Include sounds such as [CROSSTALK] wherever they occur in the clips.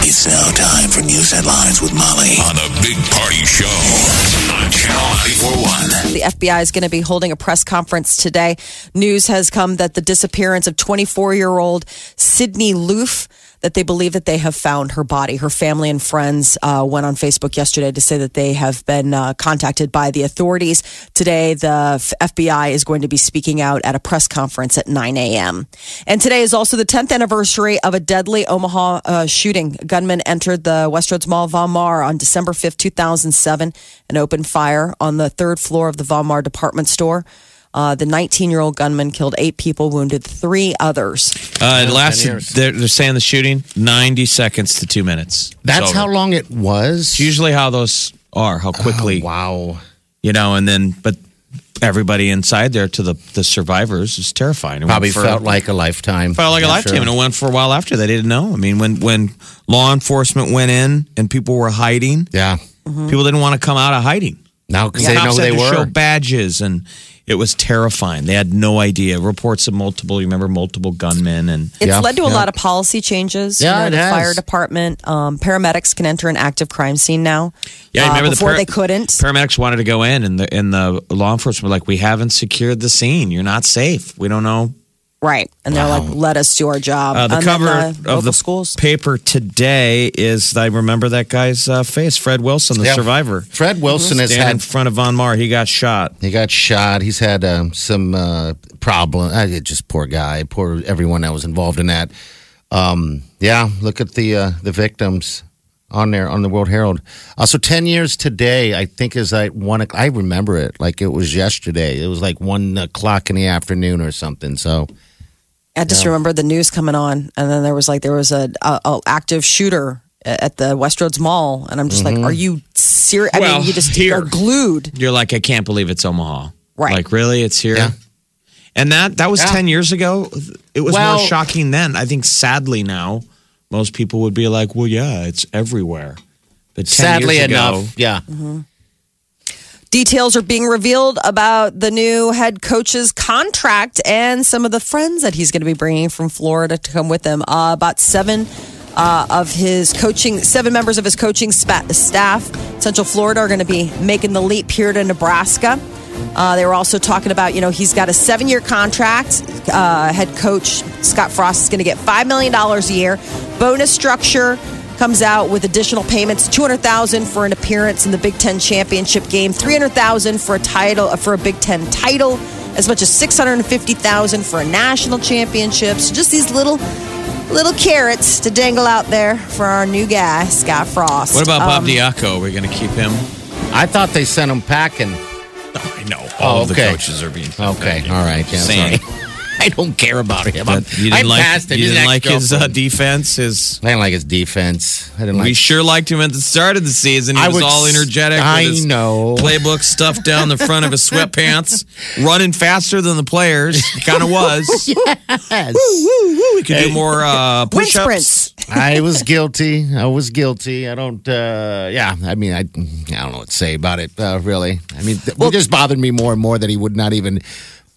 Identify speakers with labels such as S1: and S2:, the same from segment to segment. S1: It's now time for news headlines with Molly on the Big Party Show on Channel 941.
S2: The FBI is going to be holding a press conference today. News has come that the disappearance of 24 year old Sydney Loof. That they believe that they have found her body. Her family and friends uh, went on Facebook yesterday to say that they have been uh, contacted by the authorities. Today, the F- FBI is going to be speaking out at a press conference at 9 a.m. And today is also the 10th anniversary of a deadly Omaha uh, shooting. A gunman entered the Westroads Mall of Valmar on December 5th, 2007, and opened fire on the third floor of the Valmar department store. Uh, the 19 year old gunman killed eight people, wounded three others.
S3: Uh, it lasted. They're, they're saying the shooting ninety seconds to two minutes. It's
S4: That's
S3: over.
S4: how long it was.
S3: It's usually how those are. How quickly
S4: Oh, wow.
S3: you know, and then but everybody inside there to the the survivors is terrifying. It went
S4: Probably
S3: for-
S4: felt like a lifetime.
S3: felt like a
S4: Yeah,
S3: lifetime,
S4: sure.
S3: and it went for a while after that. They didn't know. I mean, when when law enforcement went in and people were hiding,
S4: Yeah.
S3: people didn't want to come out of hiding.
S4: Now because Mm-hmm. they didn't know
S3: Cops
S4: who
S3: had
S4: they
S3: to show
S4: were.
S3: badges, and it was terrifying. They had no idea. Reports of multiple, you remember, multiple gunmen, and
S2: It's
S4: Yeah,
S2: led to a
S4: yeah.
S2: lot of policy changes.
S4: Yeah,
S2: you know,
S4: it
S2: the
S4: has.
S2: fire department, um, paramedics can enter an active crime scene now.
S3: Yeah,
S2: Uh,
S3: I remember the
S2: before
S3: par-
S2: they couldn't.
S3: Paramedics wanted to go in, and the and the law enforcement were like, "We haven't secured the scene. You're not safe. We don't know."
S2: right, and they're like, "Let us do our job."
S3: Uh, the
S2: Um, And then
S3: cover
S2: local
S3: of the
S2: schools.
S3: paper today is I remember that guy's uh, face, Fred Wilson, the
S4: Yeah.
S3: survivor,
S4: Fred Wilson has
S3: standing in
S4: had.
S3: front of Von Mar. He got shot.
S4: He got shot. He's had um, some uh, problem. Uh, it- just poor guy. Poor everyone that was involved in that. Um, yeah. Look at the uh, the victims on there on the World Herald. Uh, so ten years today, I think, is like one. o'clock- I remember it like it was yesterday. It was like one o'clock in the afternoon or something. So
S2: I just remember the news coming on, and then there was like there was a, a, a active shooter at the Westroads Mall, and I'm just like, "Are you serious?" I
S3: Mm-hmm. Well,
S2: mean, you just
S3: here.
S2: are glued.
S3: You're like, I can't believe it's Omaha.
S2: Right.
S3: Like, really, it's here.
S4: Yeah.
S3: And that that was
S4: Yeah.
S3: ten years ago. It was
S4: Well-
S3: more shocking then. I think, sadly, now most people would be like, "Well, yeah, it's everywhere." But 10
S4: sadly
S3: years ago,
S4: enough, yeah.
S2: Details are being revealed about the new head coach's contract and some of the friends that he's going to be bringing from Florida to come with him. Uh, about seven uh, of his coaching, seven members of his coaching spa- staff, Central Florida, are going to be making the leap here to Nebraska. Uh, they were also talking about, you know, he's got a seven year contract. Uh, head coach Scott Frost is going to get $5 million a year, bonus structure comes out with additional payments 200,000 for an appearance in the Big 10 championship game, 300,000 for a title for a Big 10 title, as much as 650,000 for a national championship. So just these little little carrots to dangle out there for our new guy, Scott Frost.
S3: What about Bob
S2: Um,
S3: Diaco? We're going to keep him.
S4: I thought they sent him packing.
S3: I know all
S4: Oh,
S3: of the
S4: okay.
S3: coaches are being
S4: Okay, all right. Yeah,
S3: Saying.
S4: sorry. [LAUGHS] I don't care about him. I'm-
S3: But you
S4: I
S3: didn't like
S4: passed him.
S3: you
S4: He's
S3: didn't
S4: an
S3: like his uh,
S4: ex-girlfriend.
S3: defense. His
S4: I didn't like his defense. I didn't like.
S3: we sure liked him at the start of the season. He
S4: I
S3: was
S4: would
S3: all
S4: s-
S3: energetic.
S4: I
S3: with his
S4: know.
S3: playbook stuffed down the front of his [LAUGHS] sweatpants, running faster than the players. Kind of [LAUGHS] was. [LAUGHS] We could do more uh,
S2: Wind
S3: push-ups.
S2: sprints.
S4: I was guilty. I was guilty. I don't. Uh, yeah, I mean, I, I don't know what to say about it. Uh, really, I mean, th- it just bothered me more and more that he would not even,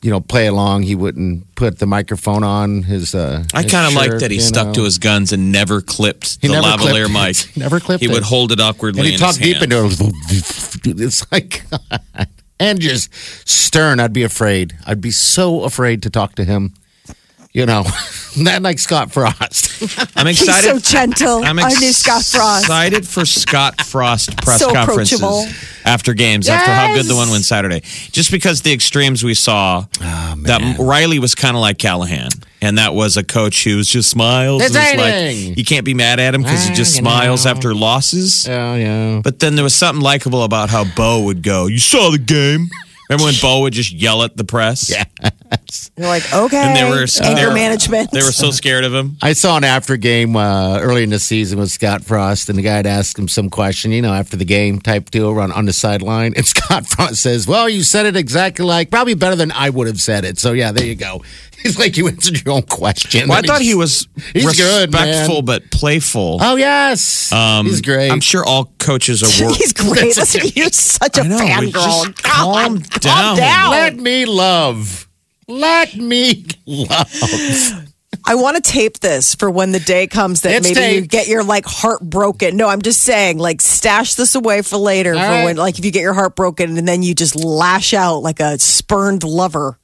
S4: you know, play along. He wouldn't put the microphone on his. Uh,
S3: I
S4: his
S3: kind of like
S4: shirt,
S3: that he
S4: you
S3: stuck
S4: know.
S3: to his guns and never clipped
S4: He
S3: the
S4: never
S3: lavalier
S4: clipped
S3: [LAUGHS] mic.
S4: it. Never clipped
S3: He would
S4: it.
S3: hold it awkwardly.
S4: And he
S3: in
S4: talked
S3: his
S4: deep
S3: hand.
S4: into it. It's like, [LAUGHS] and just stern. I'd be afraid. I'd be so afraid to talk to him. You know, [LAUGHS] not like Scott Frost. [LAUGHS]
S3: I'm
S2: He's
S3: excited.
S2: so gentle.
S3: [LAUGHS] I'm
S2: our new Scott Frost.
S3: excited for Scott
S4: [LAUGHS]
S3: Frost press
S2: So
S3: conferences
S2: approachable.
S3: after games, after how good the
S4: Yes. Oh,
S3: one went Saturday. Just because the extremes we saw, that Riley was kind of like Callahan. And that was a coach who was just smiles. and it's
S4: Exciting.
S3: like, you can't be mad at him because he just
S4: Ah, you know.
S3: smiles after losses.
S4: oh yeah.
S3: But then there was something likable about how Bo would go, You saw the game. Remember when Bo would just yell at the press? Yeah.
S4: yes.
S2: You're like, okay.
S3: And they were
S2: anger
S3: they were-
S2: management.
S3: They were so scared of him.
S4: I saw an after game uh, early in the season with Scott Frost, and the guy had asked him some question, you know, after the game type deal on, on the sideline. And [LAUGHS] Scott Frost says, Well, you said it exactly like, probably better than I would have said it. So, yeah, there you go. [LAUGHS] He's like, You answered your own question.
S3: Well, I
S4: And
S3: thought
S4: he's-
S3: he was
S4: he's good, man.
S3: respectful but playful.
S4: Oh, yes.
S3: Um,
S4: he's great.
S3: I'm sure all
S2: [LAUGHS]
S3: coaches are
S2: [LAUGHS]
S3: working.
S2: He's
S3: [LAUGHS]
S2: great. Listen, you're such a
S3: I know, we
S2: fangirl.
S3: just calm down.
S4: Let me love. Let me love.
S2: I want to tape this for when the day comes that
S4: It's
S2: maybe you
S4: taped.
S2: get your like heart broken. No, I'm just saying, like stash this away for later
S4: All
S2: for
S4: right.
S2: when like if you get your heart broken and then you just lash out like a spurned lover.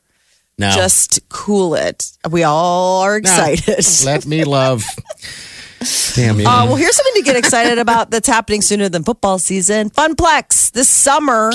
S4: No.
S2: Just cool it. We all are
S4: No.
S2: excited. [LAUGHS]
S4: Let me love. Damn you.
S2: Uh, well, here's something to get excited about that's happening sooner than football season. Funplex this summer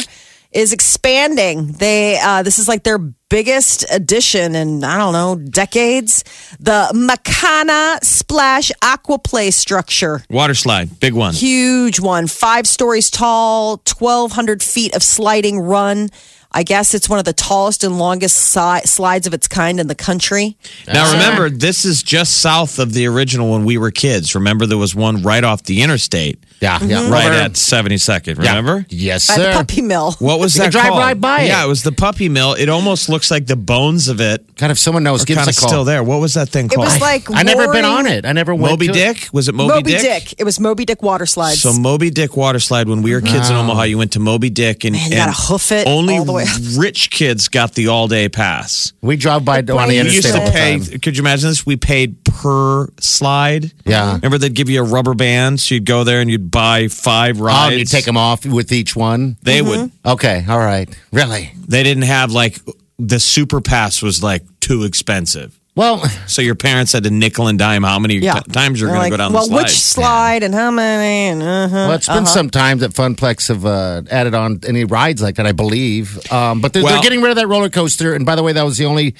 S2: is expanding. They uh, this is like their biggest addition in I don't know decades. The Makana Splash Aqua Play structure,
S3: Water slide, big one.
S2: huge one, five stories tall, twelve hundred feet of sliding run. I guess it's one of the tallest and longest si- slides of its kind in the country.
S3: Now remember, this is just south of the original when we were kids. Remember, there was one right off the interstate,
S4: yeah, yeah.
S3: right
S4: Mm. Over.
S3: at 72nd.
S4: Yeah.
S3: Remember?
S4: Yes,
S2: Mm-hmm. By the
S4: sir.
S2: puppy mill.
S3: What was
S4: You
S3: that
S4: could drive
S3: called?
S4: right by it.
S3: Yeah, it was the puppy mill. It almost looks like the bones of it
S4: God, if someone knows,
S3: are
S4: give
S3: kind
S4: us
S3: of
S4: a call.
S3: still there. What was that thing
S2: It
S3: called?
S2: was like
S4: I never been on
S2: roaring-
S4: it. I never went
S3: Moby
S4: to it.
S3: Dick. Was it Moby,
S2: Moby Dick. It was Moby Dick water slides.
S3: So Moby Dick water slide. When we were kids in Omaha, you went to Moby Dick, and,
S2: Man, you
S3: and
S2: gotta hoof it
S3: only
S2: all the way up.
S3: rich kids got the all day pass.
S4: We drove by on the
S2: brain
S3: We used
S4: interstate
S3: to
S4: all the
S3: pay.
S4: time.
S3: Could you imagine this? We paid per slide.
S4: Yeah.
S3: Remember they'd give you a rubber band, so you'd go there and you'd buy five
S4: Oh,
S3: rides.
S4: you take them off with each one.
S3: They
S2: Mm-hmm.
S3: would.
S4: Okay, all right. Really?
S3: They didn't have like the super pass was like too expensive.
S4: Well,
S3: So your parents had to nickel and dime how many
S2: Yeah.
S3: t- times you're
S2: They're
S3: going
S2: like,
S3: to go down
S2: well,
S3: the slide.
S2: which slide and how many? And, uh-huh.
S4: well, it's been some time that Funplex have uh, added on any rides like that, I believe. Um, but they're,
S3: Well-
S4: they're getting rid of that roller coaster. And by the way, that was the only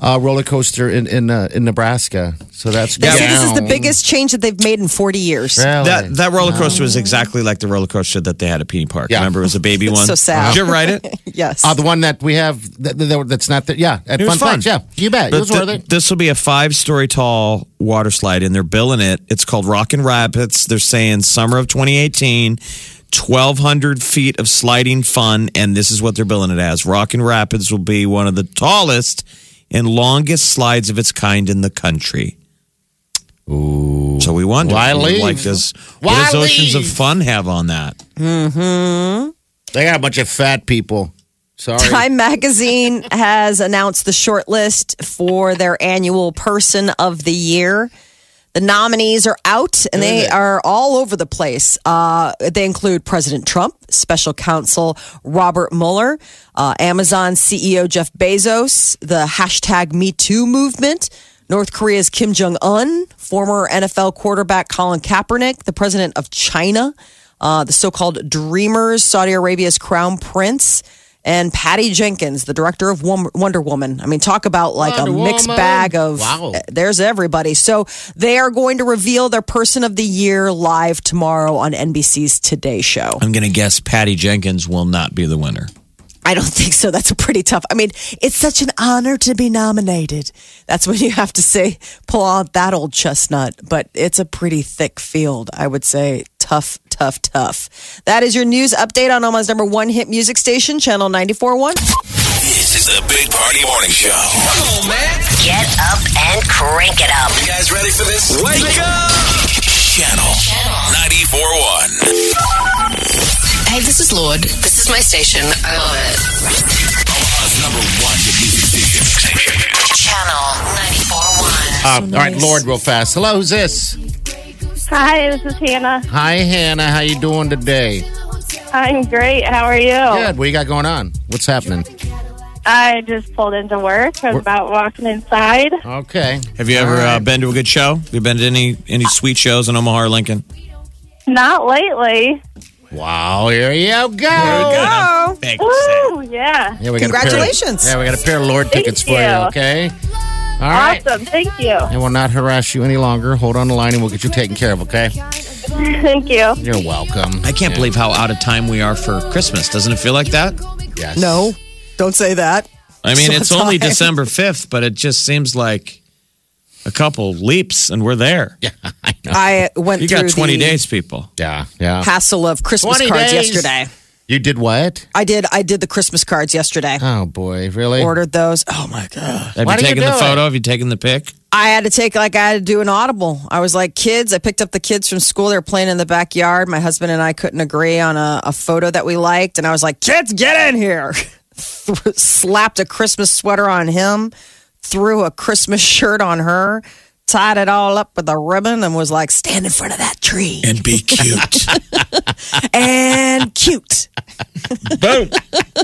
S4: uh, roller coaster in in, uh, in Nebraska. So that's
S2: They say this is the
S4: down.
S2: biggest change that they've made in 40 years.
S4: Really?
S3: That that roller coaster
S2: Oh.
S3: was exactly like the roller coaster that they had at Peony Park.
S4: Yeah.
S3: Remember, it was
S2: [LAUGHS]
S3: a baby one.
S2: so sad.
S3: Did you ride it?
S2: [LAUGHS] Yes.
S4: Uh, the one that we have that, that- that's not there. Yeah, at
S3: It was fun.
S4: Funplex. Yeah, you bet.
S3: But
S4: it was worth
S3: th-
S4: it.
S3: This will be a five-story tall water slide, and they're billing it. It's called Rockin' Rapids. They're saying summer of 2018, 1,200 feet of sliding fun, and this is what they're billing it as. Rockin' Rapids will be one of the tallest and longest slides of its kind in the country. Ooh. So we wonder,
S4: Why leave?
S3: like, does
S4: Why
S3: what does Oceans of
S4: leave?
S3: Fun have on that?
S4: They got a bunch of fat people. Sorry.
S2: Time Magazine has announced the shortlist for their annual Person of the Year. The nominees are out and they are all over the place. Uh, they include President Trump, special counsel Robert Mueller, uh, Amazon CEO Jeff Bezos, the hashtag Me Too movement, North Korea's Kim Jong un, former NFL quarterback Colin Kaepernick, the president of China, uh, the so called Dreamers, Saudi Arabia's crown prince. And Patty Jenkins, the director of Wom- Wonder Woman. I mean, talk about like a
S4: Wonder
S2: mixed
S4: Woman.
S2: bag of eh,
S4: Wow.
S2: there's everybody. So they are going to reveal their person of the year live tomorrow on NBC's Today Show.
S3: I'm going to guess Patty Jenkins will not be the winner.
S2: I don't think so. That's a pretty tough. I mean, it's such an honor to be nominated. That's when you have to say, pull out that old chestnut. But it's a pretty thick field, I would say. Tough, tough, tough. That is your news update on Omaha's number one hit music station, Channel 94.1.
S1: This is the Big Party Morning Show.
S5: Get up and crank it up.
S1: You guys ready for this? Wake up! Channel 94.1.
S5: Hey, this is Lord. This is my station. I love it.
S1: Omaha's number one hit music station.
S5: Channel 94.1.
S4: Uh, All right, Lord, real fast. Hello, who's this?
S6: Hi, this is Hannah.
S4: Hi, Hannah. How you doing today?
S6: I'm great. How are you?
S2: Oh.
S4: Good. What you got going on? What's happening?
S6: I just pulled into work. I was about walking inside.
S4: Okay.
S3: Have you ever
S4: All right.
S3: uh, been to a good show? Have you been to any any sweet shows in Omaha or Lincoln?
S6: Not lately.
S4: Wow, here you go.
S2: Oh,
S3: Thanks.
S6: Woo! Yeah.
S4: Yeah, we got a pair-
S2: Congratulations.
S4: yeah, we got a pair of Lord tickets for
S6: you.
S4: you, okay? All right.
S6: Awesome. Thank you.
S4: I will not harass you any longer. Hold on the line and we'll get you taken care of, okay?
S6: Thank you.
S4: You're welcome.
S3: I can't believe how out of time we are for Christmas. Doesn't it feel like that?
S4: Yes.
S2: no, don't say that.
S3: I
S2: So
S3: mean, it's only
S2: tired.
S3: December 5th, but it just seems like a couple leaps and we're there. Yeah,
S2: I went
S3: you
S2: through
S3: got 20
S2: the
S3: days, people.
S4: Yeah, yeah.
S2: hassle of Christmas
S4: 20
S2: cards
S4: days.
S2: yesterday.
S4: You did what?
S2: I did. I did the Christmas cards yesterday.
S4: Oh boy, really?
S2: Ordered those. Oh my god!
S3: Have
S4: Why
S3: you
S4: do you
S3: taken the
S4: do it?
S3: photo? Have you taken the pic?
S2: I had to take like I had to do an audible. I was like, kids. I picked up the kids from school. They were playing in the backyard. My husband and I couldn't agree on a, a photo that we liked, and I was like, kids, get in here. [LAUGHS] Threw- Slapped a Christmas sweater on him. Threw a Christmas shirt on her. Tied it all up with a ribbon and was like, stand in front of that tree
S1: And be [LAUGHS] cute.
S2: and cute.
S3: Boom.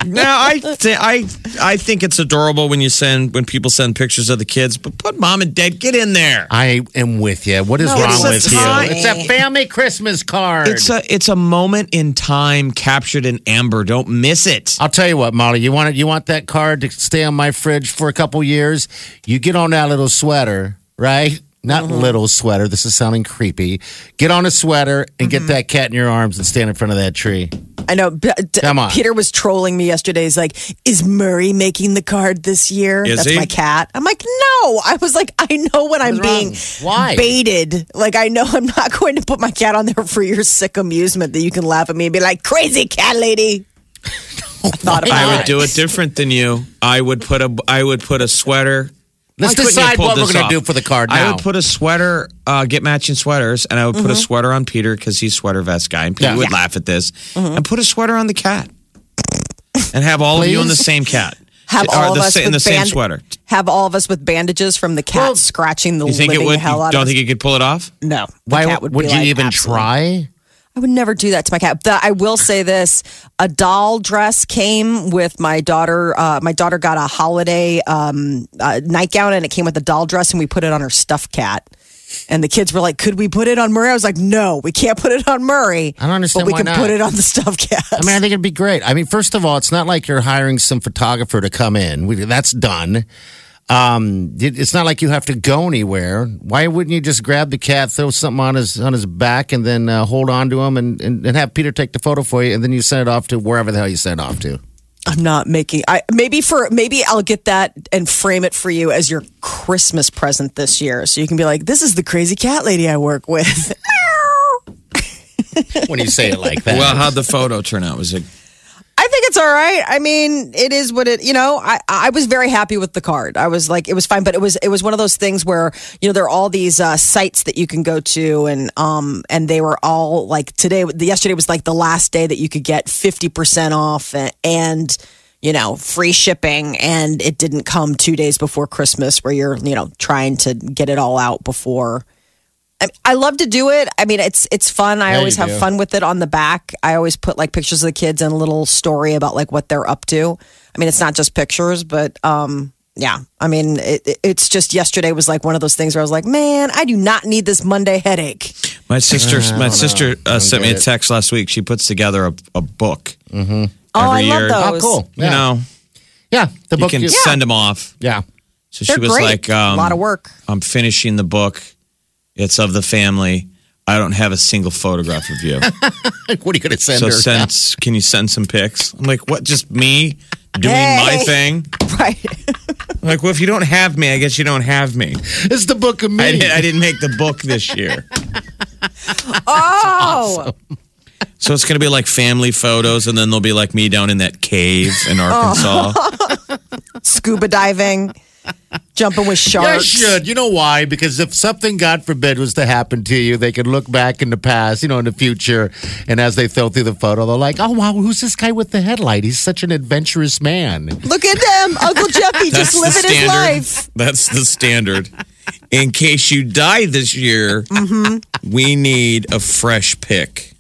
S3: now I, th- I, I think it's adorable when you send when people send pictures of the kids, but put mom and dad get in there.
S4: I am with you. What is
S2: No,
S4: wrong
S3: it's a
S4: with
S3: time.
S4: you? It's a family Christmas card.
S3: It's a it's a moment in time captured in amber. Don't miss it.
S4: I'll tell you what, Molly. You want it? You want that card to stay on my fridge for a couple years? You get on that little sweater, right? Not
S3: Mm-hmm.
S4: little sweater. This is sounding creepy. Get on a sweater
S3: Mm-hmm.
S4: and get that cat in your arms and stand in front of that tree.
S2: I know. B- d-
S4: Come on.
S2: Peter was trolling me yesterday. He's like, "Is Murray making the card this year?"
S3: Is
S2: That's
S3: he?
S2: my cat. I'm like, "No." I was like, "I know when I'm being
S4: wrong? Why?
S2: baited. Like, I know [LAUGHS] I'm not going to put my cat on there for your sick amusement. That you can laugh at me and be like, "Crazy cat
S3: [LAUGHS]
S2: lady." I thought about
S3: I
S2: it.
S3: would do it different than you. I would put a I would put a sweater.
S4: Let's
S3: I couldn't have
S4: decide
S3: pulled
S4: what we're
S3: this
S4: going to
S3: off.
S4: do for the card
S3: I
S4: now. Mm-hmm.
S3: would put a sweater, uh, get matching sweaters, and I would put a sweater on Peter because he's sweater vest guy, and Peter
S4: Yeah. Mm-hmm.
S3: would laugh at this, and put a sweater on the cat, and have all of you in the
S4: Please?
S3: same cat,
S2: Have
S3: Or
S2: all
S3: the
S2: of us
S3: sa-
S2: with
S3: in the same
S2: band-
S3: sweater.
S2: Have all of us with bandages from the cat
S4: Well,
S2: scratching the
S3: You think it
S2: living
S3: would?
S2: hell
S3: You
S2: out
S3: don't
S2: of
S3: think you could pull it off?
S2: us. No. The
S4: Why
S2: cat would,
S4: would, would
S2: be
S4: you
S2: like,
S4: even
S2: "Absolutely
S4: try?
S2: I would never do that to my cat. But I will say this: a doll dress came with my daughter. Uh, my daughter got a holiday um, uh, nightgown, and it came with a doll dress, and we put it on her stuffed cat. And the kids were like, "Could we put it on Murray?" I was like, "No, we can't put it on Murray.
S4: I don't understand
S2: But we
S4: why
S2: can
S4: not.
S2: put it on the stuffed cat.
S4: I mean, I think it'd be great. I mean, first of all, it's not like you're hiring some photographer to come in. We, that's done. Um, it- it's not like you have to go anywhere. Why wouldn't you just grab the cat, throw something on his on his back, and then uh, hold on to him, and, and, and have Peter take the photo for you, and then you send it off to wherever the hell you send it off to.
S2: I'm not making. I maybe for maybe I'll get that and frame it for you as your Christmas present this year, so you can be like, "This is the crazy cat lady I work with." [LAUGHS]
S4: When you say it
S3: [LAUGHS]
S4: like that,
S3: Well, how'd the photo turn out? Was it?
S2: I think it's all right. I mean, it is what it. You know, I I was very happy with the card. I was like, it was fine, but it was it was one of those things where you know there are all these uh, sites that you can go to, and um and they were all like today, yesterday was like the last day that you could get fifty percent off and. and you know, free shipping, and it didn't come two days before Christmas, where you're, you know, trying to get it all out before I, I love to do it. I mean, it's it's fun. I
S4: Yeah,
S2: always
S4: you
S2: have
S4: do.
S2: fun with it on the back. I always put like pictures of the kids and a little story about like what they're up to. I mean, it's not just pictures, but um, yeah. I mean, it, it- it's just yesterday was like one of those things where I was like, man, I do not need this Monday headache.
S3: My
S4: Uh,
S3: sister, my sister uh, sent me a
S4: get it.
S3: text last week. She puts together a, a book. Mm-hmm.
S2: Oh, I
S3: every
S2: love
S3: year.
S2: those.
S4: oh, cool.
S3: You know,
S4: yeah, the
S3: you
S4: book.
S3: can
S4: you-
S3: send them off.
S4: yeah, [LAUGHS]
S3: So
S2: They're
S3: she was
S2: great.
S3: like, um,
S2: a lot of work.
S3: I'm finishing the book. It's of the family. I don't have a single photograph of
S2: [LAUGHS]
S3: you.
S4: like what are you going to send
S3: so
S4: her?
S3: send, can you send some pics? I'm like, what? Just me doing my
S2: Hey.
S3: thing?
S2: Right.
S3: I'm like, well, if you don't have me, I guess you don't have me.
S4: it's the book of me.
S3: I, did, I didn't make the book this
S2: [LAUGHS]
S3: year.
S2: [LAUGHS] oh,
S3: So it's going to be like family photos, and then there'll be like me down in that cave in
S2: Oh, [LAUGHS]
S3: Arkansas.
S2: scuba diving, jumping with
S4: Yeah, I
S2: sharks.
S4: should. You know why? Because if something, God forbid, was to happen to you, they could look back in the past, you know, in the future, and as they throw through the photo, they're like, "Oh wow, who's this guy with the headlight? He's such an adventurous man."
S2: Look at them, Uncle Jeffy just living his life.
S3: That's the standard. In case you die this year,
S2: Mm-hmm.
S3: we need a fresh pick.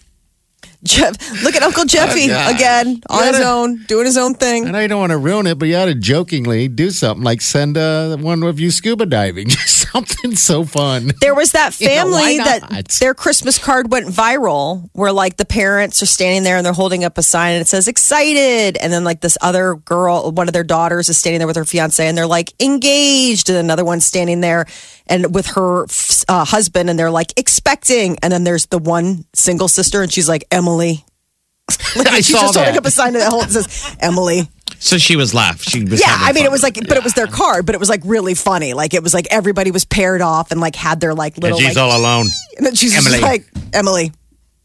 S2: Jeff, look at
S4: [LAUGHS]
S2: Uncle Jeffy again on his own, doing his own thing.
S4: I know you don't want to ruin it, but you ought to jokingly do something like send uh, one of you scuba diving, [LAUGHS] something so fun.
S2: There was that
S4: You know,
S2: family
S4: why
S2: that
S4: not?
S2: their Christmas card went viral where like the parents are standing there and they're holding up a sign and it says excited and then like this other girl one of their daughters is standing there with her fiance and they're like engaged and another one's standing there and with her f- uh, husband and they're like expecting and then there's the one single sister and she's like Emily [LAUGHS]
S4: [LAUGHS] I
S2: she's
S4: saw
S2: just holding
S4: that.
S2: up a sign that holds- says Emily
S7: So she was laughing. She was
S2: Yeah,
S7: having
S2: I mean,
S7: fun.
S2: it was like, but it was their card, but it was like really funny. Like it was like everybody was paired off and like had their like
S4: And
S2: little. like,
S4: she's all alone.
S2: [LAUGHS] and then she's just
S4: Emily.
S2: like Emily.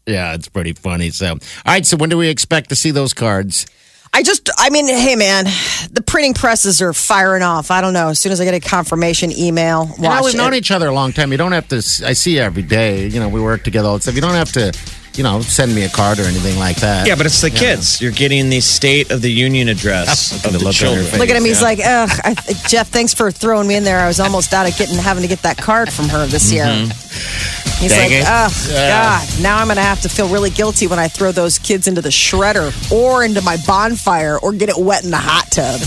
S4: Yeah, it's pretty funny. So, all right. So, when do we expect to see those cards?
S2: I just, I mean, hey man, the printing presses are firing off. I don't know. As soon as I get a confirmation email, watch
S4: You know, we've
S2: it.
S4: known each other a long time. You don't have to. I see you every day. You know, we work together all the time. You don't have to, you know, send me a card or anything like that.
S7: Yeah, but it's the kids. You're getting the State of the Union address
S4: Look at
S7: of
S4: the
S7: the
S4: look on her
S7: children.
S4: face.
S2: Look at him. He's
S4: Yeah.
S2: like, ugh, I, Jeff. Thanks for throwing me in there. I was almost out of getting having to get that card from her this year. He's
S4: Mm-hmm.
S2: like,
S4: Dang it.
S2: ugh,
S4: Yeah.
S2: God. Now I'm gonna have to feel really guilty when I throw those kids into the shredder or into my bonfire or get it wet in the hot tub.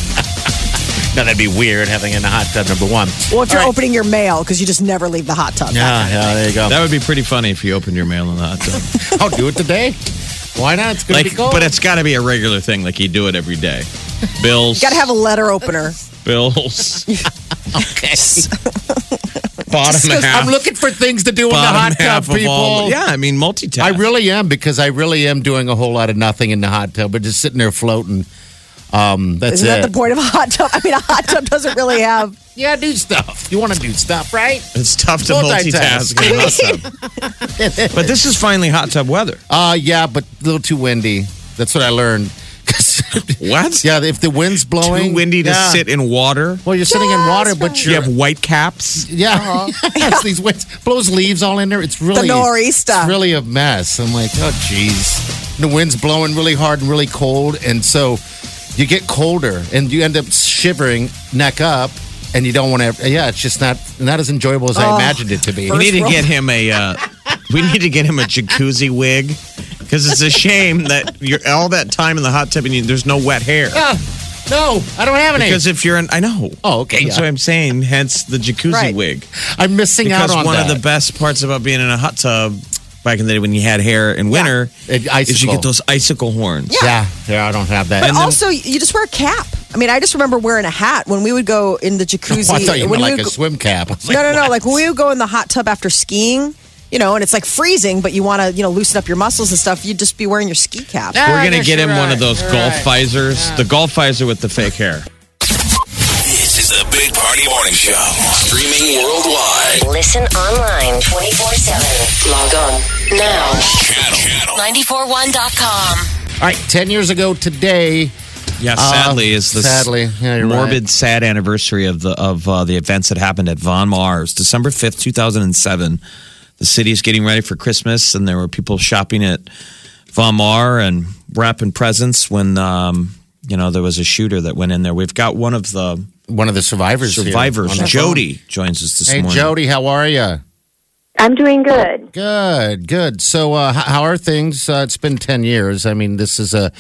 S4: Now that'd be weird having in the hot tub number
S2: Well,
S4: one.
S2: if
S4: All
S2: you're
S4: right.
S2: opening your mail because you just never leave the hot tub.
S4: Yeah, Ah, yeah, there you go.
S7: That would be pretty funny if you opened your mail in the hot tub.
S4: I'll do it today. Why not? It's gonna
S7: like,
S4: be cold.
S7: but it's got to be a regular thing. Like you do it every day. Bills.
S2: Gotta have a letter opener.
S7: bills.
S4: [LAUGHS] okay.
S7: [LAUGHS] bottom
S4: [LAUGHS]
S7: half.
S4: I'm looking for things to do in the
S7: bottom
S4: hot tub,
S7: half of
S4: people.
S7: all- yeah, I mean multitask.
S4: I really am because I really am doing a whole lot of nothing in the hot tub, but just sitting there floating. Um, that's
S2: Isn't
S4: it.
S2: that the point of a hot tub? I mean, a hot tub doesn't really
S4: [LAUGHS]
S2: have.
S4: Yeah, do stuff. You want to do stuff, right?
S7: It's tough to
S4: Multitask.
S7: multitask. in a hot
S4: [LAUGHS]
S7: tub. but this is finally hot tub weather.
S4: Uh, yeah, but a little too windy. That's what I learned. [LAUGHS] 'Cause-
S7: What?
S4: yeah, if the wind's blowing,
S7: Too windy to
S4: yeah.
S7: sit in water.
S4: Well, you're sitting in water, but
S7: You
S4: you're
S7: have white caps.
S4: yeah. [LAUGHS] Yes, these winds blows leaves all in there. It's really
S2: nor'easter.
S4: It's really a mess. I'm like, oh jeez. The wind's blowing really hard and really cold, and so you get colder, and you end up shivering neck up, and you don't want to. Yeah, it's just not not as enjoyable as I imagined it to be.
S7: We need to get him a. Uh, we need to get him a jacuzzi wig because it's a shame that you're all that time in the hot tub and you, there's no wet hair.
S4: Yeah. No, I don't have any.
S7: Because if you're in, I know.
S4: Oh, okay,
S7: That's
S4: yeah.
S7: what I'm saying. Hence the jacuzzi
S2: Right.
S7: wig.
S4: I'm missing
S7: Because
S4: out on
S7: one
S4: that.
S7: of the best parts about being in a hot tub back in the day when you had hair in winter
S4: It-
S7: is you
S4: icicle.
S7: get those icicle horns.
S4: Yeah, yeah, I don't have that.
S2: But also, you just wear a cap. I mean, I just remember wearing a hat when we would go in the jacuzzi.
S4: [LAUGHS] Oh, I thought you
S2: when
S4: meant
S2: we
S4: like
S2: would
S4: a
S2: go- [LAUGHS]
S4: swim cap. I was like,
S2: no, no, no.
S4: what?
S2: Like when we would go in the hot tub after skiing, you know, and it's like freezing, but you want to, you know, loosen up your muscles and stuff. You'd just be wearing your ski cap.
S4: Yeah.
S7: We're
S4: I
S7: gonna
S4: guess
S7: get him
S4: you're
S7: one
S4: right.
S7: of those
S4: You're
S7: golf
S4: right.
S7: visors, the golf visor with the fake hair.
S1: This is the Big Party Morning Show. Streaming worldwide.
S5: Listen online 24 7. Log on now.
S1: Channel. Channel.
S5: 941.com.
S4: All right, 10 years ago today,
S7: Yeah,
S4: Uh,
S7: sadly is this
S4: sadly. Yeah, you're
S7: morbid,
S4: right.
S7: sad anniversary of the of uh, the events that happened at Von Mars, December fifth, two thousand and seven. The city is getting ready for Christmas, and there were people shopping at Von Mar and wrapping presents when um, you know there was a shooter that went in there. We've got one of the
S4: one of the survivors. here
S7: survivors,
S4: on the
S7: Jody, joins us this
S4: phone. Hey,
S7: morning.
S4: Jody, how are you?
S6: I'm doing good.
S4: Good, good. So, uh, h- how are things? Uh, it's been 10 years. I mean, this is a.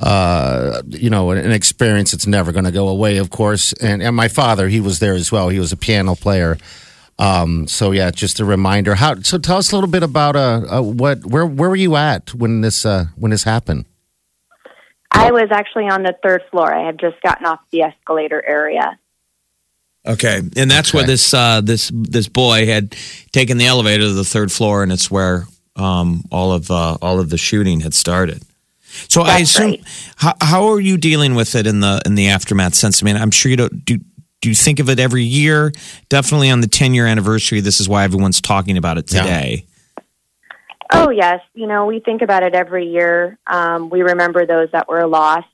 S4: Uh, you know, an- an experience that's never going to go away, of course. And and my father, he was there as well. He was a piano player. Um, so yeah, just a reminder. How? So tell us a little bit about uh, uh what where where were you at when this uh when this happened?
S6: I was actually on the third floor. I had just gotten off the escalator area.
S7: Okay, and that's where
S4: Okay.
S7: this uh, this this boy had taken the elevator to the third floor, and it's where um, all of uh, all of the shooting had started. So I
S6: That's
S7: assume
S6: right.
S7: how, how are you dealing with it in the in the aftermath sense? I mean, I'm sure you don't do. Do you think of it every year? Definitely on the 10 year anniversary. This is why everyone's talking about it
S4: Yeah.
S7: today.
S6: Oh, yes. You know, we think about it every year. Um, we remember those that were lost,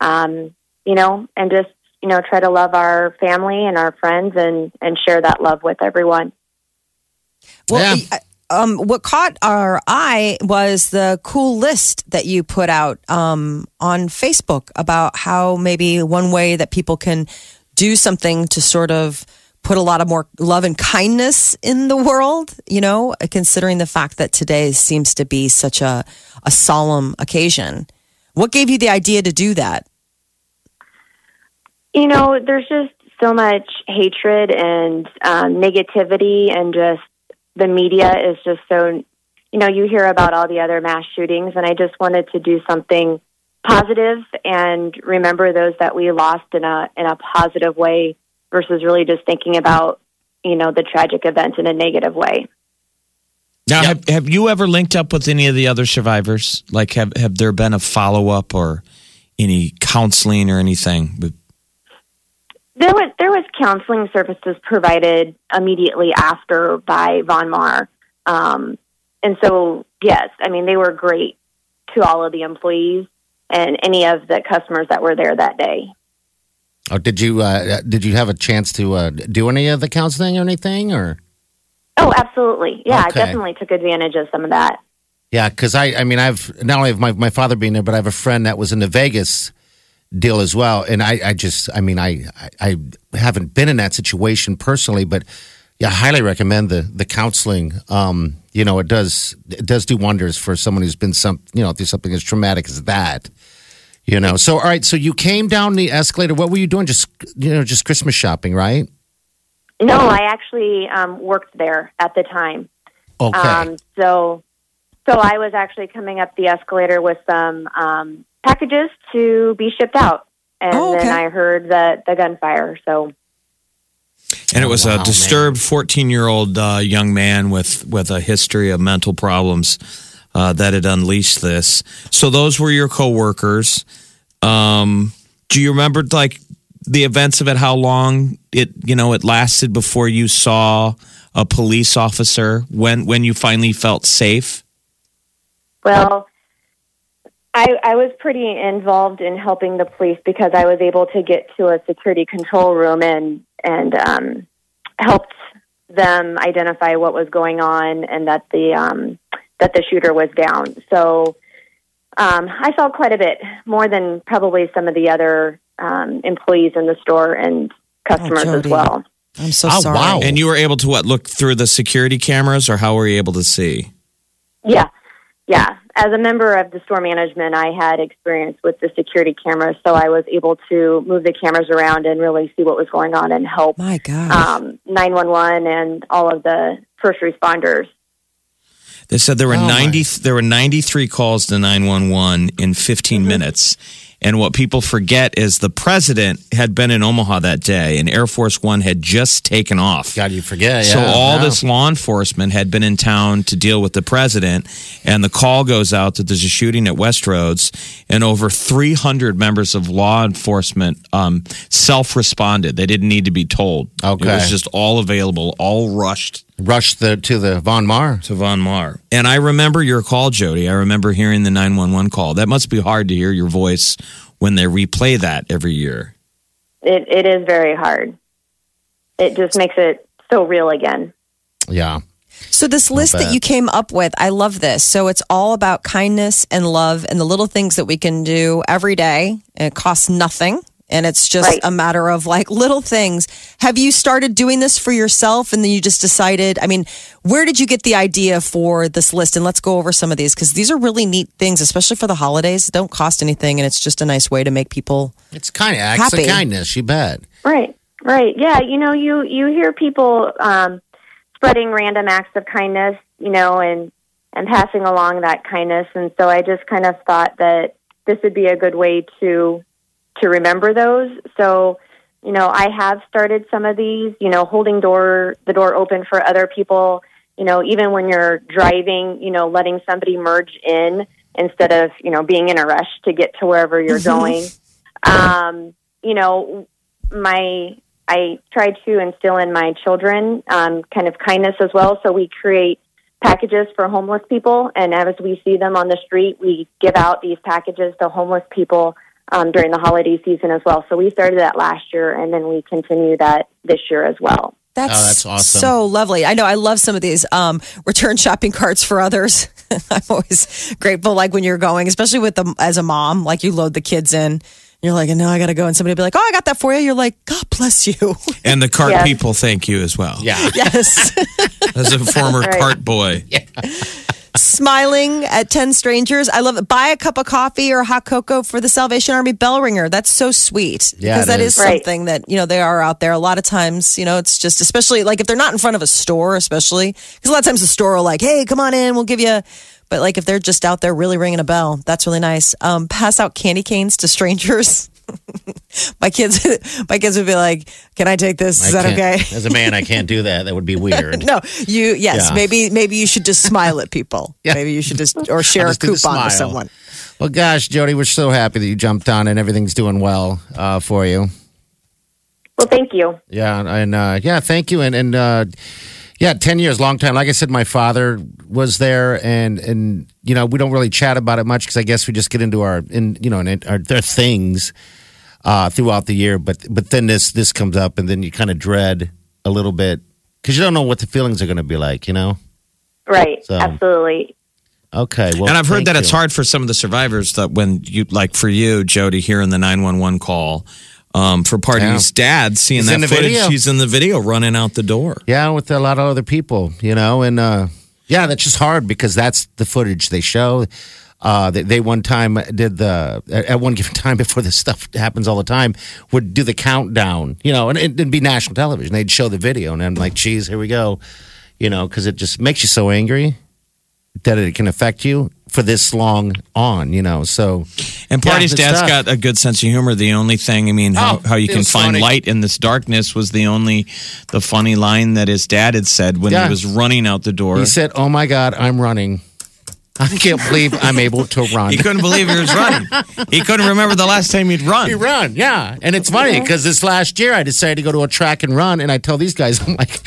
S6: um, you know, and just, you know, try to love our family and our friends and, and share that love with everyone.
S8: Well,
S4: Yeah.
S8: I- um, what caught our eye was the cool list that you put out um, on Facebook about how maybe one way that people can do something to sort of put a lot of more love and kindness in the world, you know, considering the fact that today seems to be such a, a solemn occasion. What gave you the idea to do that?
S6: You know, there's just so much hatred and um, negativity, and just the media is just so. You know, you hear about all the other mass shootings, and I just wanted to do something positive and remember those that we lost in a in a positive way, versus really just thinking about you know the tragic event in a negative way.
S7: Now, have, have you ever linked up with any of the other survivors? Like, have, have there been a follow up or
S3: any counseling or anything? But
S6: There was there was counseling services provided immediately after by Von Mar, um, and so yes, I mean they were great to all of the employees and any of the customers that were there that day.
S4: Oh, did you uh, did you have a chance to uh, do any of the counseling or anything? Or
S6: Oh, absolutely, yeah,
S4: Okay.
S6: I definitely took advantage of some of that.
S4: yeah, because I I mean I've not only have my my father been there, but I have a friend that was in the Vegas deal as well, and I I just I mean I I, I haven't been in that situation personally, but yeah, I highly recommend the the counseling. Um, you know, it does it does do wonders for someone who's been some you know through something as traumatic as that. You know, so all right, so you came down the escalator. What were you doing? Just you know, just Christmas shopping, right?
S6: No, I actually um, worked there at the time.
S4: Okay.
S6: Um, so, so I was actually coming up the escalator with some um, packages to be shipped out, and
S2: Oh, okay.
S6: then I heard the the gunfire. So,
S3: and it was
S4: Oh, Wow,
S3: a
S4: man.
S3: disturbed fourteen year old uh, young man with with a history of mental problems uh, that had unleashed this. So those were your coworkers. Um, do you remember like the events of it? How long it you know it lasted before you saw a police officer? When when you finally felt safe?
S6: well, I I was pretty involved in helping the police because I was able to get to a security control room and and um, helped them identify what was going on and that the um, that the shooter was down. So um, I saw quite a bit more than probably some of the other um, employees in the store and customers as
S2: Jody.
S6: well.
S2: I'm so
S4: Oh,
S2: sorry.
S4: wow.
S3: And you were able to what look through the security cameras, or how were you able to see?
S6: Yeah, yeah. As a member of the store management, I had experience with the security cameras, so I was able to move the cameras around and really see what was going on and help
S2: My God.
S6: um, 911 and all of the first responders.
S3: They said there were
S4: Oh, my.
S3: ninety there were ninety three calls to nine one one in 15
S4: Mm-hmm.
S3: minutes. And what people forget is the president had been in Omaha that day, and Air Force One had just taken off.
S4: God, you forget.
S3: So
S4: yeah,
S3: all
S4: yeah.
S3: this law enforcement had been in town to deal with the president, and the call goes out that there's a shooting at Westroads, and over 300 members of law enforcement um, self-responded. They didn't need to be told. it
S4: Okay.
S3: was just all available, all rushed
S4: rushed the to the Von Mar.
S3: to Von Mar. And I remember your call, Jody. I remember hearing the 911 call. That must be hard to hear your voice when they replay that every year.
S6: It, it is very hard. It just makes it so real again.
S4: Yeah.
S2: So this list that you came up with, I love this. So it's all about kindness and love and the little things that we can do every day. And it costs nothing. And it's just
S6: Right.
S2: a matter of like little things. Have you started doing this for yourself and then you just decided? I mean, where did you get the idea for this list? And let's go over some of these because these are really neat things, especially for the holidays. It don't cost anything and it's just a nice way to make people.
S4: It's kind of acts
S2: Happy.
S4: of kindness, you bet.
S6: Right, right. Yeah, you know, you you hear people um, spreading random acts of kindness, you know, and and passing along that kindness, and so I just kind of thought that this would be a good way to to remember those. So, you know, I have started some of these, you know, holding door the door open for other people, you know, even when you're driving, you know, letting somebody merge in instead of, you know, being in a rush to get to wherever you're going. Um, you know, my I try to instill in my children um, kind of kindness as well. So we create packages for homeless people, and as we see them on the street, we give out these packages to homeless people um, during the holiday season as well. So we started that last year, and then we continue that this year as well.
S2: That's,
S4: Oh, that's awesome.
S2: so lovely. I know I love some of these um, return shopping carts for others. [LAUGHS] I'm always grateful, like when you're going, especially with them as a mom, like you load the kids in. You're like, no, I gotta go, and somebody will be like, oh, I got that for you. You're like, God bless you. [LAUGHS]
S3: And the cart
S6: Yes.
S3: people thank you as well.
S4: Yeah.
S2: Yes,
S3: [LAUGHS] As a former
S6: Right.
S3: cart boy.
S2: smiling at ten strangers. I love it. Buy a cup of coffee or hot cocoa for the Salvation Army bell ringer. That's so sweet
S4: Yeah,
S2: because
S4: it
S2: that is,
S4: is.
S6: Right.
S2: something that you know they are out there. A lot of times, you know, it's just especially like if they're not in front of a store, especially because a lot of times the store will like, hey, come on in, we'll give you. But like if they're just out there really ringing a bell, that's really nice. Um, pass out candy canes to strangers. [LAUGHS] my kids, [LAUGHS] my kids would be like, "Can I take this?
S4: I
S2: Is that
S4: can't-
S2: okay?"
S4: As a man, I can't do that. That
S2: [LAUGHS]
S4: would be weird.
S2: No, you. Yes,
S4: Yeah.
S2: maybe maybe you should just smile at people.
S4: [LAUGHS] Yeah.
S2: Maybe you should just
S4: [LAUGHS]
S2: or share
S4: just
S2: a
S4: do the
S2: coupon
S4: smile.
S2: with someone.
S4: Well, gosh, Jody, we're so happy that you jumped on and everything's doing well uh, for you.
S6: Well, thank you.
S4: Yeah, and uh, yeah, thank you, and and uh, yeah, ten years, long time. Like I said, my father was there, and and you know we don't really chat about it much because I guess we just get into our in you know in our, their things uh, throughout the year. But but then this this comes up, and then you kind of dread a little bit because you don't know what the feelings are going to be like, you know.
S6: Right.
S4: So-
S6: Absolutely.
S4: Okay, well,
S3: and I've heard
S4: thank
S3: that it's
S4: you.
S3: hard for some of the survivors that when you, like for you, Jody, hearing the 911 call um, for Pardee's dad, seeing
S4: He's in
S3: that
S4: the
S3: footage,
S4: video.
S3: he's in the video running out the door.
S4: Yeah, with a lot of other people, you know, and uh, yeah, that's just hard because that's the footage they show. Uh, they, they one time did the at at one [LAUGHS] given time before this stuff happens all the time would do the countdown, you know, and it, it'd be national television. They'd show the video, and I'm like, geez, here we go, you know, because it just makes you so angry that it can affect you for this long on, you know. So
S3: And
S4: Yeah,
S3: Party's
S4: good
S3: dad's
S4: stuff.
S3: got a good sense of humor. The only thing, I mean, how,
S4: Oh,
S3: how you
S4: it
S3: can
S4: was
S3: find
S4: funny.
S3: light in this darkness was the only, the funny line that his dad had said when
S4: Yeah.
S3: he was running out the door.
S4: he said, "Oh my God, I'm running. I can't believe I'm able to run."
S3: He couldn't believe he was running. he couldn't remember the last time he'd run.
S4: You run, yeah. And it's funny because this last year I decided to go to a track and run, and I tell these guys, [LAUGHS] I'm like,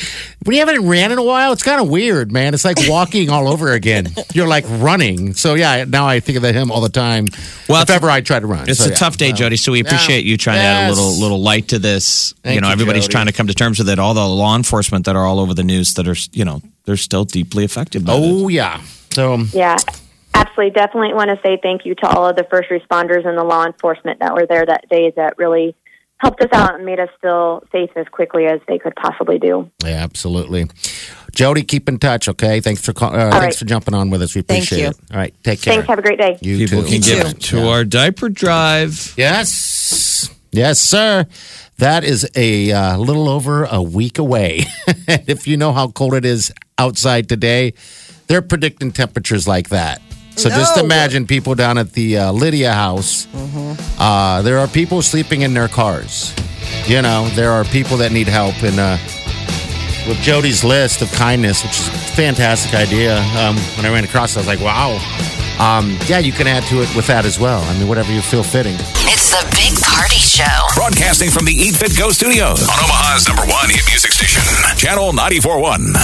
S4: we haven't ran in a while. It's kind of weird, man. It's like walking all over again. You're like running. So yeah, now I think of him all the time.
S3: Well,
S4: Well, if
S3: it's-
S4: ever I try to run,
S3: It's
S4: So,
S3: a
S4: yeah.
S3: tough day, Jody. So we appreciate you trying to add a
S4: Yes.
S3: little little light to this. you
S4: Thank
S3: know,
S4: you,
S3: everybody's
S4: Jody.
S3: trying to come to terms with it. All the law enforcement that are all over the news that are you know they're still deeply affected by it.
S4: Oh yeah. So
S6: Yeah. Absolutely. Definitely want to say thank you to all of the first responders and the law enforcement that were there that day that really helped us out and made us feel safe as quickly as they could possibly do.
S4: yeah, absolutely. Jody, keep in touch. Okay, thanks for call- uh, thanks
S6: right.
S4: for jumping on with us. We
S2: Thank
S4: appreciate
S2: you.
S4: it. All right, take care.
S6: Thanks. Have a great day.
S4: you
S3: People
S4: too.
S3: can
S4: Yeah.
S3: give to our diaper drive.
S4: Yes. Yes, sir. That is a uh, little over a week away. [LAUGHS] if you know how cold it is outside today, they're predicting temperatures like that. So just
S2: No.
S4: imagine people down at the uh, Lydia house. Uh, there are people sleeping in their cars. You know, there are people that need help. And uh, with Jody's list of kindness, which is a fantastic idea, um, when I ran across it, I was like, wow. Um, yeah, you can add to it with that as well. I mean, whatever you feel fitting.
S5: It's the Big Party Show.
S1: Broadcasting from the Eat Fit Go studios on Omaha's number one hit music station, Channel 941.